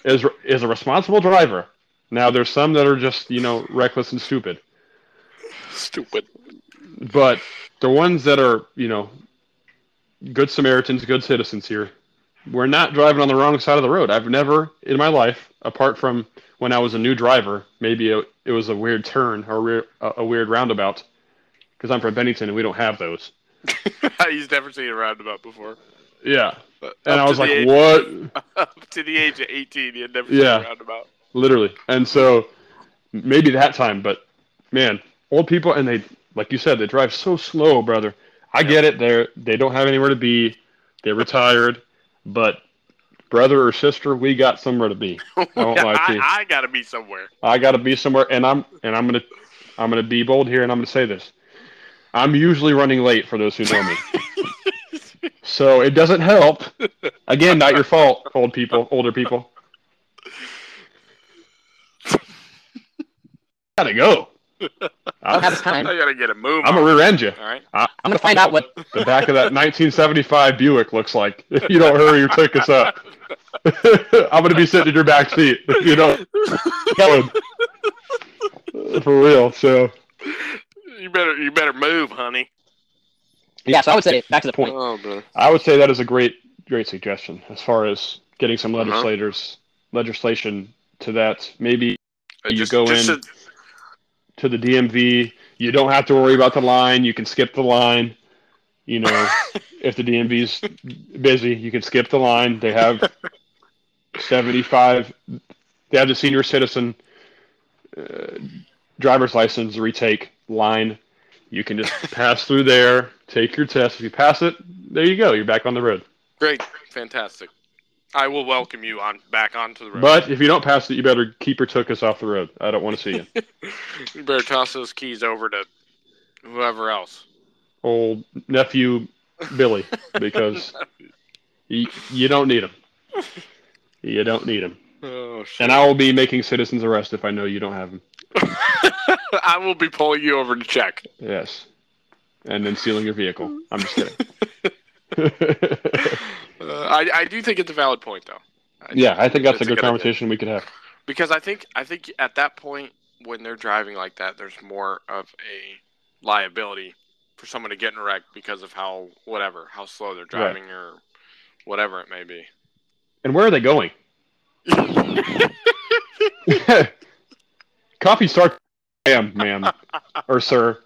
is is a responsible driver. Now there's some that are just you know reckless and stupid.
Stupid.
but the ones that are you know good samaritans good citizens here we're not driving on the wrong side of the road i've never in my life apart from when i was a new driver maybe it, it was a weird turn or a weird, a, a weird roundabout because i'm from bennington and we don't have those
He's never seen a roundabout before.
yeah
But
and
up
i
to
was
the
like
age-
what
Up to the age of 18, he had never
Yeah.
seen a roundabout.
literally and so maybe that time but man old people and they like you said they drive so slow brother i
Yeah.
get it they're they don't have anywhere to be they're retired but brother or sister, we got somewhere to be.
I,
won't lie to you.
I gotta be somewhere.
I got to be somewhere, and I'm and I'm gonna I'm gonna be bold here, and I'm gonna say this. I'm usually running late for those who know me, so it doesn't help. Again, not your fault, old people, older people. Gotta go.
don't have
I'm,
his time.
I gotta get a move.
I'm a rear end you.
All right.
I'm gonna find out what
The back of that 1975 Buick looks like. If you don't hurry or pick us up, I'm gonna be sitting in your back seat. If you don't going. For real. So
You better you better move, honey.
Yeah, so I would say back to the point.
Oh, brother.
I would say that is a great, great suggestion as far as getting some
Uh-huh.
legislators legislation to that. Maybe You
just,
go
just
in.
a-
to the DMV. You don't have to worry about the line. You can skip the line. You know, if the DMV's busy, you can skip the line. They have 75. They have the senior citizen uh, driver's license retake line. You can just pass through there, take your test. If you pass it, there you go. You're back on the road.
great, fantastic. I will welcome you on back onto the road.
But if you don't pass it, you better keep your tuchus off the road. I don't want to see you.
you better toss those keys over to whoever else.
Old nephew Billy, because you, you don't need him. You don't need him.
Oh shit!
And I will be making citizens arrest if I know you don't have him.
I will be pulling you over to check.
Yes. And then stealing your vehicle. I'm just kidding.
Uh, I, I do think it's a valid point though. I do.
yeah, I think that's a
That's a
good
good idea.
conversation we could have.
because I think I think at that point when they're driving like that, there's more of a liability for someone to get in a wreck because of how whatever how slow they're driving or whatever it may be.
And where are they going? Coffee starts 10 a.m., ma'am. Or sir.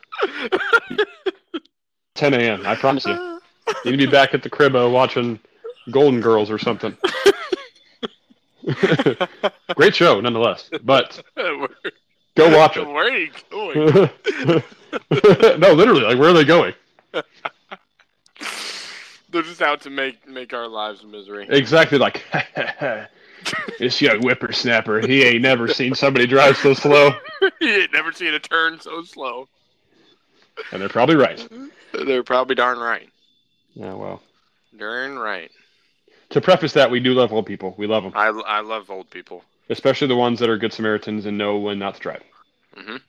10 a.m., I promise you. You need to be back at the cribbo watching Golden Girls or something. Great show, nonetheless. But
Where-
go watch it.
Where are you going?
no, literally, like where are they going?
they're just out to make make our lives misery.
Exactly, like this young whippersnapper. He ain't never seen somebody drive so slow,
you ain't never seen a turn so slow.
and they're probably right.
They're probably darn right.
Yeah, well.
Darn right.
To preface that, we do love old people. We love them,
I, I love old people.
especially the ones that are good Samaritans and know when not to drive.
Mhm.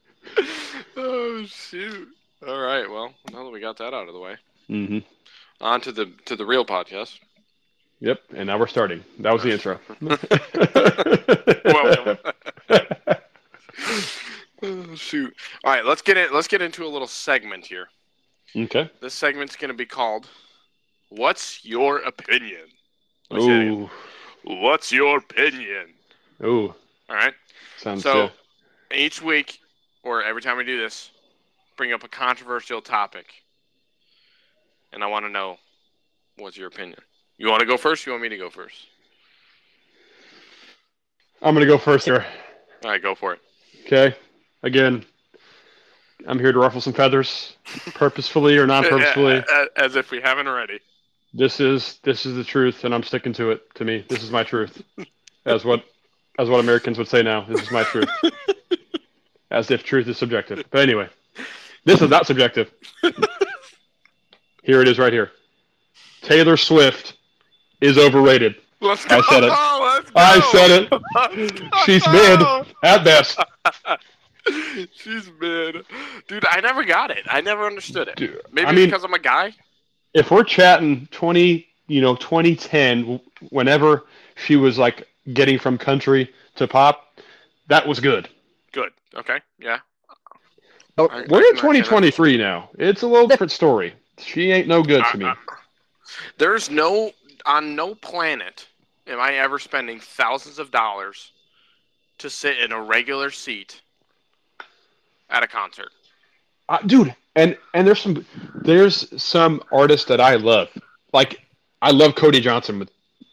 Anyway.
oh shoot! All right. Well, now that we got that out of the way,
hmm
on to the to the real podcast.
Yep. And now we're starting. That was the intro.
Welcome. oh, shoot! All right. Let's get in. Let's get into a little segment here.
okay.
This segment's going to be called "What's Your Opinion." Let me say it again.
Ooh.
What's your opinion?
Ooh.
All right.
Sounds
So
good.
each week, or every time we do this, bring up a controversial topic, and I want to know what's your opinion. You want to go first? You want me to go first?
I'm gonna go first here.
All right, go for it.
Okay. Again, I'm here to ruffle some feathers, purposefully or non-purposefully.
As if we haven't already.
This is this is the truth, and I'm sticking to it. To me, this is my truth, as what as what Americans would say now. This is my truth, as if truth is subjective. But anyway, this is not subjective. Here it is, right here. Taylor Swift is overrated
Let's go.
I said it.
Let's go.
I said it.
it.
She's mid. at
Uh,
best.
mid. She's mid. Dude, I never got it. I never understood it.
Dude,
Maybe
I mean,
because I'm a guy.
if we're chatting 20 you know 2010 w- whenever she was like getting from country to pop that was good
Good. Okay. Yeah.
Oh,
I- I
we're in
can understand that.
2023 now it's a little different story she ain't no good to me
I- I- Uh, there's no on no planet am I ever spending thousands of dollars to sit in a regular seat at a concert.
Uh, dude and and there's some there's some artists that i love like i love cody johnson but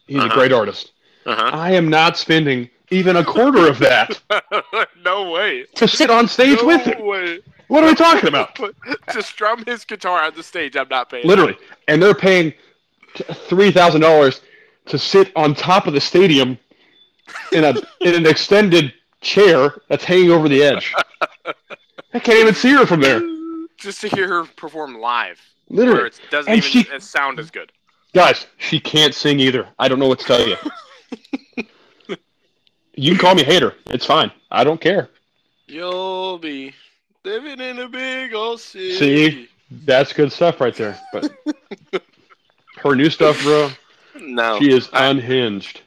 he's a
Uh-huh.
great artist
Uh
i am not spending even a quarter of that
huh. no way.
to sit on stage
no
Uh-huh. with him
way.
What are we talking about?
to strum his guitar on the stage, I'm not paying.
Literally, and they're paying three thousand dollars to sit on top of the stadium in a in an extended chair that's hanging over the edge. I can't even see her from there.
Just to hear her perform live.
Literally,
where it doesn't
And
even
she-
it sound as good.
Guys, she can't sing either. I don't know what to tell you. you can call me a hater. It's fine. I don't care.
You'll be living in a big old city.
See? That's good stuff right there. But her new stuff, bro,
No.
she is
Oh, I-
unhinged.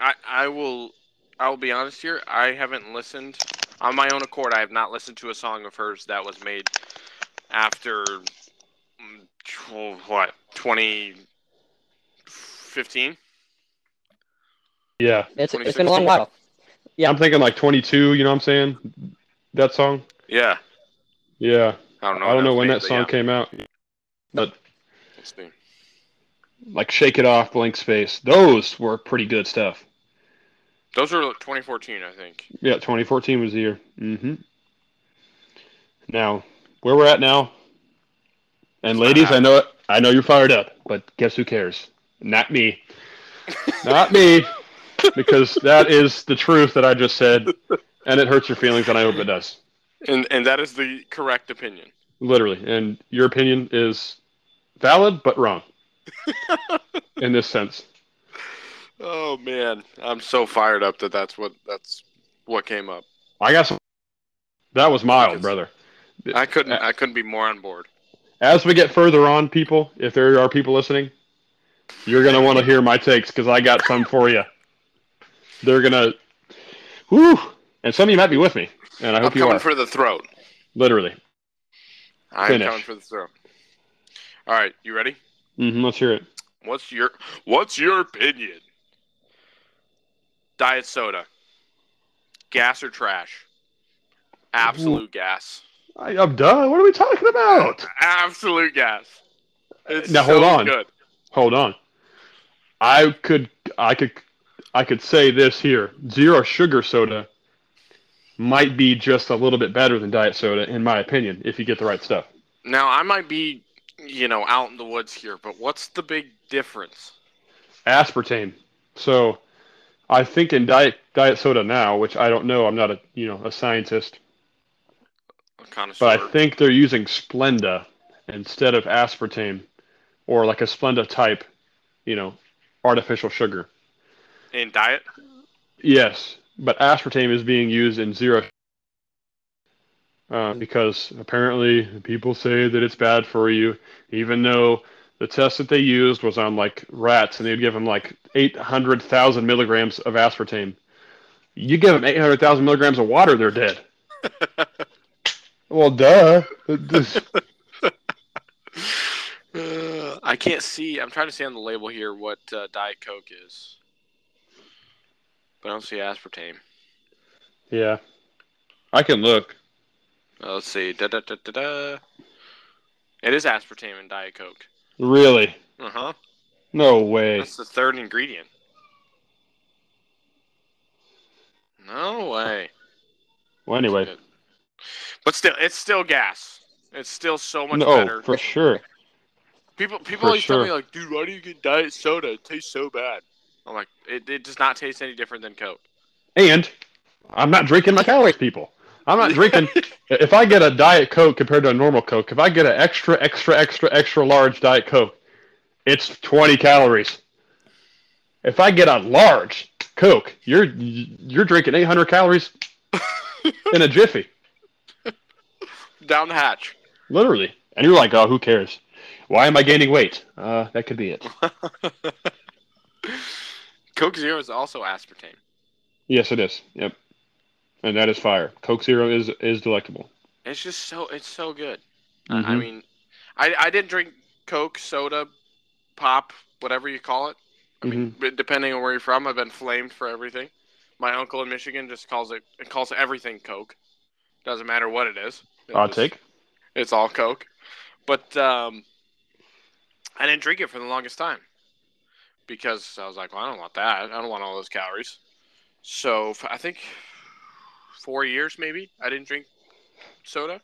I, I will I'll be honest here. I haven't listened on my own accord. I have not listened to a song of hers that was made after mm, tw- what 2015.
Yeah.
It's it's been a long while. Yeah.
I'm thinking like 22, you know what I'm saying? That song?
Yeah,
Yeah.
I don't know.
I don't know
was
when
made,
that
but
song
yeah,
came out. But
it's new.
like Shake It Off, Blank Space, those were pretty good stuff.
Those were like 2014, I think.
Yeah, 2014 was the year. hmm Now, where we're at now, and ladies, I know I know you're fired up, but guess who cares? Not me. Not me, because that is the truth that I just said, and it hurts your feelings, and I hope it does,
And and that is the correct opinion.
literally. And your opinion is valid but wrong in this sense.
Oh man, I'm so fired up that that's what that's what came up.
I got some. That was mild, brother.
I couldn't I couldn't be more on board.
as we get further on, people, if there are people listening, you're gonna want to hear my takes because I got some for you. They're gonna, woo, and some of you might be with me, and I
I'm
hope you
coming
are.
for the throat.
Literally,
I'm
Finish.
coming for the throw. All right, you ready?
hmm let's hear it.
What's your What's your opinion? Diet soda, gas or trash? Absolute gas.
I, I'm done. What are we talking about?
Absolute gas. It's
Now, hold
so
on.
Good.
Hold on. I could, I could, I could say this here: zero sugar soda might be just a little bit better than diet soda, in my opinion, if you get the right stuff.
Now I might be, you know, out in the woods here, but what's the big difference?
aspartame. So I think in diet diet soda now, which I don't know, I'm not a you know a scientist,
A connoisseur.
but I think they're using Splenda instead of aspartame or like a Splenda type, you know, artificial sugar.
in diet,
Yes, but aspartame is being used in zero uh, because apparently people say that it's bad for you, even though the test that they used was on like rats and they'd give them like 800,000 milligrams of aspartame. You give them 800,000 milligrams of water, they're dead. well, duh. This-
Uh, I can't see. I'm trying to see on the label here what uh, Diet Coke is, but I don't see aspartame.
yeah. I can look.
Uh, let's see. Da, da, da, da, da. It is aspartame in Diet Coke.
Really?
Uh huh.
No way.
That's the third ingredient. No way.
Well, anyway.
But still, it's still gas. It's still so much
No,
better.
for sure.
people people
for
always tell me
sure.
like, dude, why do you get diet soda? It tastes so bad. I'm like, it, it does not taste any different than Coke.
And I'm not drinking my calories, people. I'm not drinking. if I get a Diet Coke compared to a normal Coke, if I get an extra, extra, extra, extra large Diet Coke, it's 20 calories. If I get a large Coke, you're you're drinking 800 calories in a jiffy,
Down the hatch.
literally. And you're like, oh, who cares? Why am I gaining weight? Uh, that could be it.
Coke Zero is also aspartame.
Yes, it is. Yep. And that is fire. Coke Zero is is delectable.
It's just so it's so good.
Mhm.
I mean, I I didn't drink Coke, soda, pop, whatever you call it. I mean,
Mm-hmm.
but depending on where you're from, I've been flamed for everything. My uncle in Michigan just calls it it calls everything Coke. Doesn't matter what it is. It
Odd
just-
take.
It's all Coke. But um, I didn't drink it for the longest time because I was like, well, I don't want that. I don't want all those calories. So f- I think four years maybe I didn't drink soda.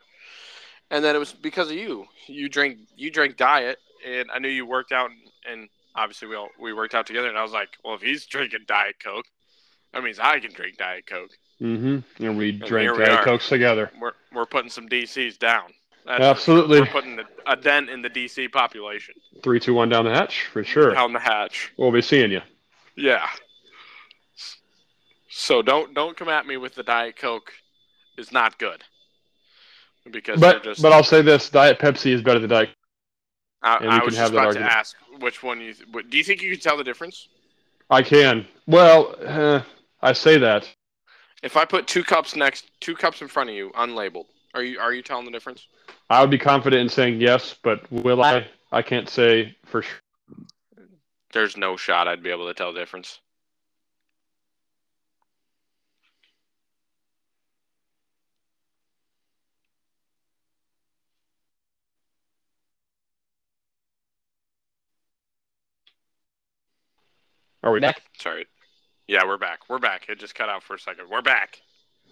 and then it was because of you. You drank you drank diet, and I knew you worked out, and, and obviously we all we worked out together. And I was like, well, if he's drinking diet coke, that means I can drink diet coke.
Mm-hmm. And we
here
drank
we
Diet
are.
Cokes together.
We're we're putting some DCs down. That's
Absolutely.
We're putting the, a dent in the DC population
Three, two, one down the hatch for sure.
down the hatch.
We'll be seeing you.
Yeah. So don't don't come at me with the diet coke is not good because
But
they're just.
but I'll say this: Diet Pepsi is better than Diet.
I,
and we
I
can
was
have
just
that
about to
argument.
ask which one you. th- what- Do you think you can tell the difference?
I can. Well, eh, I say that.
If I put two cups next, two cups in front of you, unlabeled, are you are you telling the difference?
I would be confident in saying yes, but will I? I can't say for sure.
There's no shot I'd be able to tell the difference.
Are we?
Back.
Sorry. Yeah, we're back. We're back. It just cut out for a second. We're back.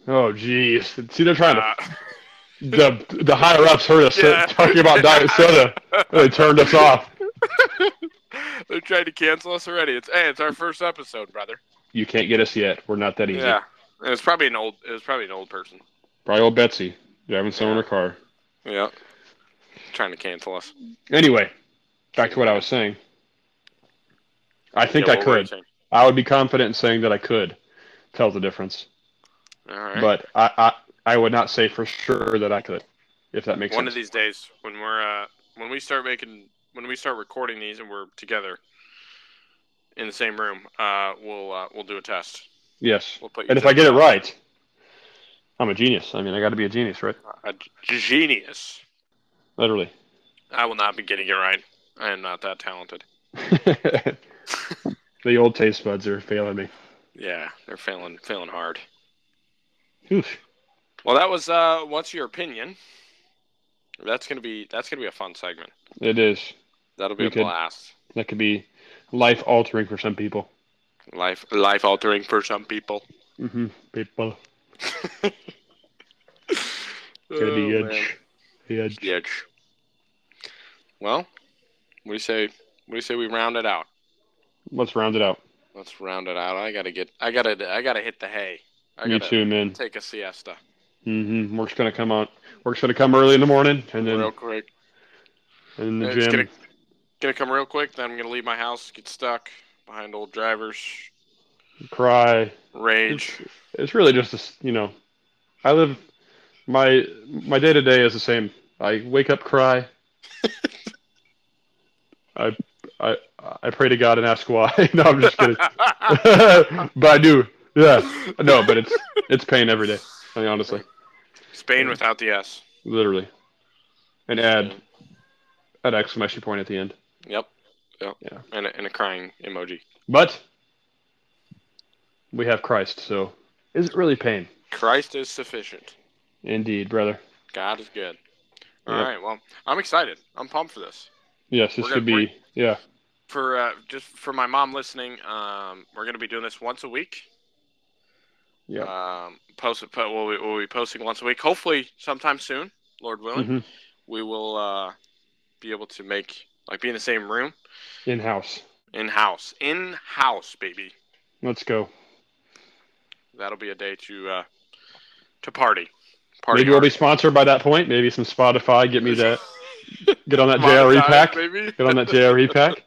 Oh, jeez. See, they're trying
Uh,
to. The the higher ups heard us
Yeah.
talking about diet soda. They turned us off.
they're trying to cancel us already. It's hey, it's our first episode, brother.
You can't get us yet. We're not that easy.
Yeah, it was probably an old. It was probably an old person.
Probably old Betsy driving someone in her car.
Yeah, trying to cancel us.
Anyway, back to what I was saying. I think
Yeah,
I
what were you
could.
saying?
I would be confident in saying that I could tell the difference,
All right.
but I, I I would not say for sure that I could, if that makes
one
sense.
of these days when we're uh, when we start making when we start recording these and we're together in the same room uh, we'll uh, we'll do a test
yes,
we'll put you
and if
to
I get
the
it right, I'm a genius. I mean, I got to be a genius, right?
a g- genius
Literally.
i will not be getting it right i am not that talented
the old taste buds are failing me.
yeah they're failing failing hard
Oof.
well that was uh what's your opinion that's gonna be that's gonna be a fun segment
It is.
that'll be
We
a
could-
blast
That could be life altering for some people.
life life altering for some people
Mm-hmm. People.
Oh,
the
man.
edge. The edge.
the edge. Well, what do you say? What do you say we round it out?
Let's round it out.
Let's round it out. I gotta get. I gotta. I gotta hit the hay. I
Me
gotta
too, man.
take a siesta
Mm-hmm. Work's gonna come on. Work's gonna come early in the morning, and then
real quick.
and in the
It's
gym.
gonna, gonna come real quick. Then I'm gonna leave my house. Get stuck behind old drivers.
Cry.
Rage.
It's really just a s you know, I live my my day to day is the same. I wake up, cry. I I I pray to God and ask why. no, I'm just kidding. but I do. Yeah. No, but it's it's pain every day. I mean, honestly,
Spain without the S.
literally, and add an exclamation point at the end.
Yep. Yep.
Yeah.
And a, and a crying emoji.
But we have Christ, so is it really pain?
Christ is sufficient.
Indeed, brother.
God is good. All
Yep.
right. Well, I'm excited. I'm pumped for this.
Yes, this
We're
could
gonna-
be. Yeah,
for uh, just for my mom listening, um, we're gonna be doing this once a week.
Yeah.
Um, post it. po- We'll be, we'll be posting once a week. Hopefully, sometime soon, Lord willing,
Mhm.
we will uh, be able to make like be in the same room
in house.
in house, in house, baby.
Let's go.
That'll be a day to uh, to party. Party.
Maybe we'll be sponsored by that point. Maybe some Spotify. Get me that. Get on that JRE
Monetize,
E pack.
Maybe.
Get on that JRE pack.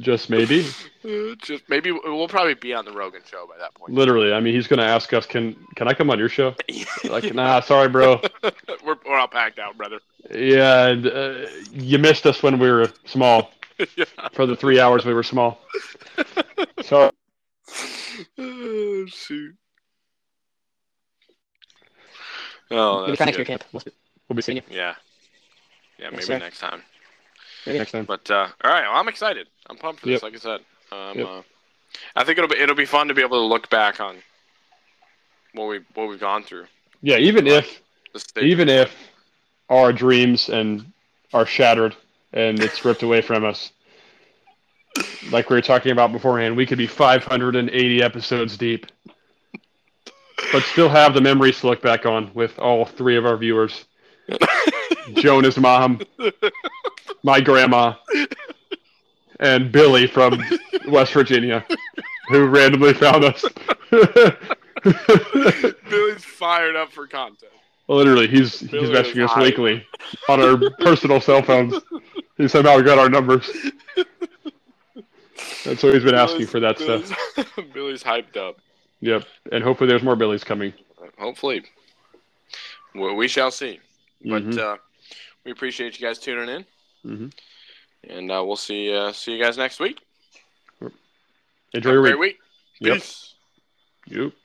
Just maybe.
Uh, Just maybe we'll probably be on the Rogan show by that point.
Literally, I mean, he's gonna ask us, "Can can I come on your show?" Like, nah, sorry, bro.
we're, we're all packed out, brother.
Yeah, and, uh, you missed us when we were small.
Yeah.
For the three hours we were small. So
oh, shoot. Oh,
Maybe
that's
try next year,
good.
camp. We'll see
we'll be
you.
seeing
Yeah. Yeah, maybe
sir.
next time.
you next time.
But uh, all right, well, I'm excited. I'm pumped for this.
Yep.
Like I said, um,
Yep.
uh, I think it'll be it'll be fun to be able to look back on what we what we've gone through.
Yeah, even if
The state.
even if our dreams and are shattered and it's ripped away from us like we were talking about beforehand we could be 580 episodes deep but still have the memories to look back on with all three of our viewers Jonah's mom, my grandma, and Billy from West Virginia, who randomly found us.
Billy's fired up for content.
Literally, he's he's
Billy
messaging
was
us
high.
weekly on our personal cell phones. He somehow got our numbers. That's what he's been asking for that stuff.
stuff. Billy's hyped up.
Yep, and hopefully there's more Billies coming.
Hopefully, well, we shall see. But
Mhm.
uh, we appreciate you guys tuning in,
Mhm.
and uh, we'll see uh, see you guys next week.
enjoy
Have a
your
great
week.
week.
Yep.
Peace.
Yep.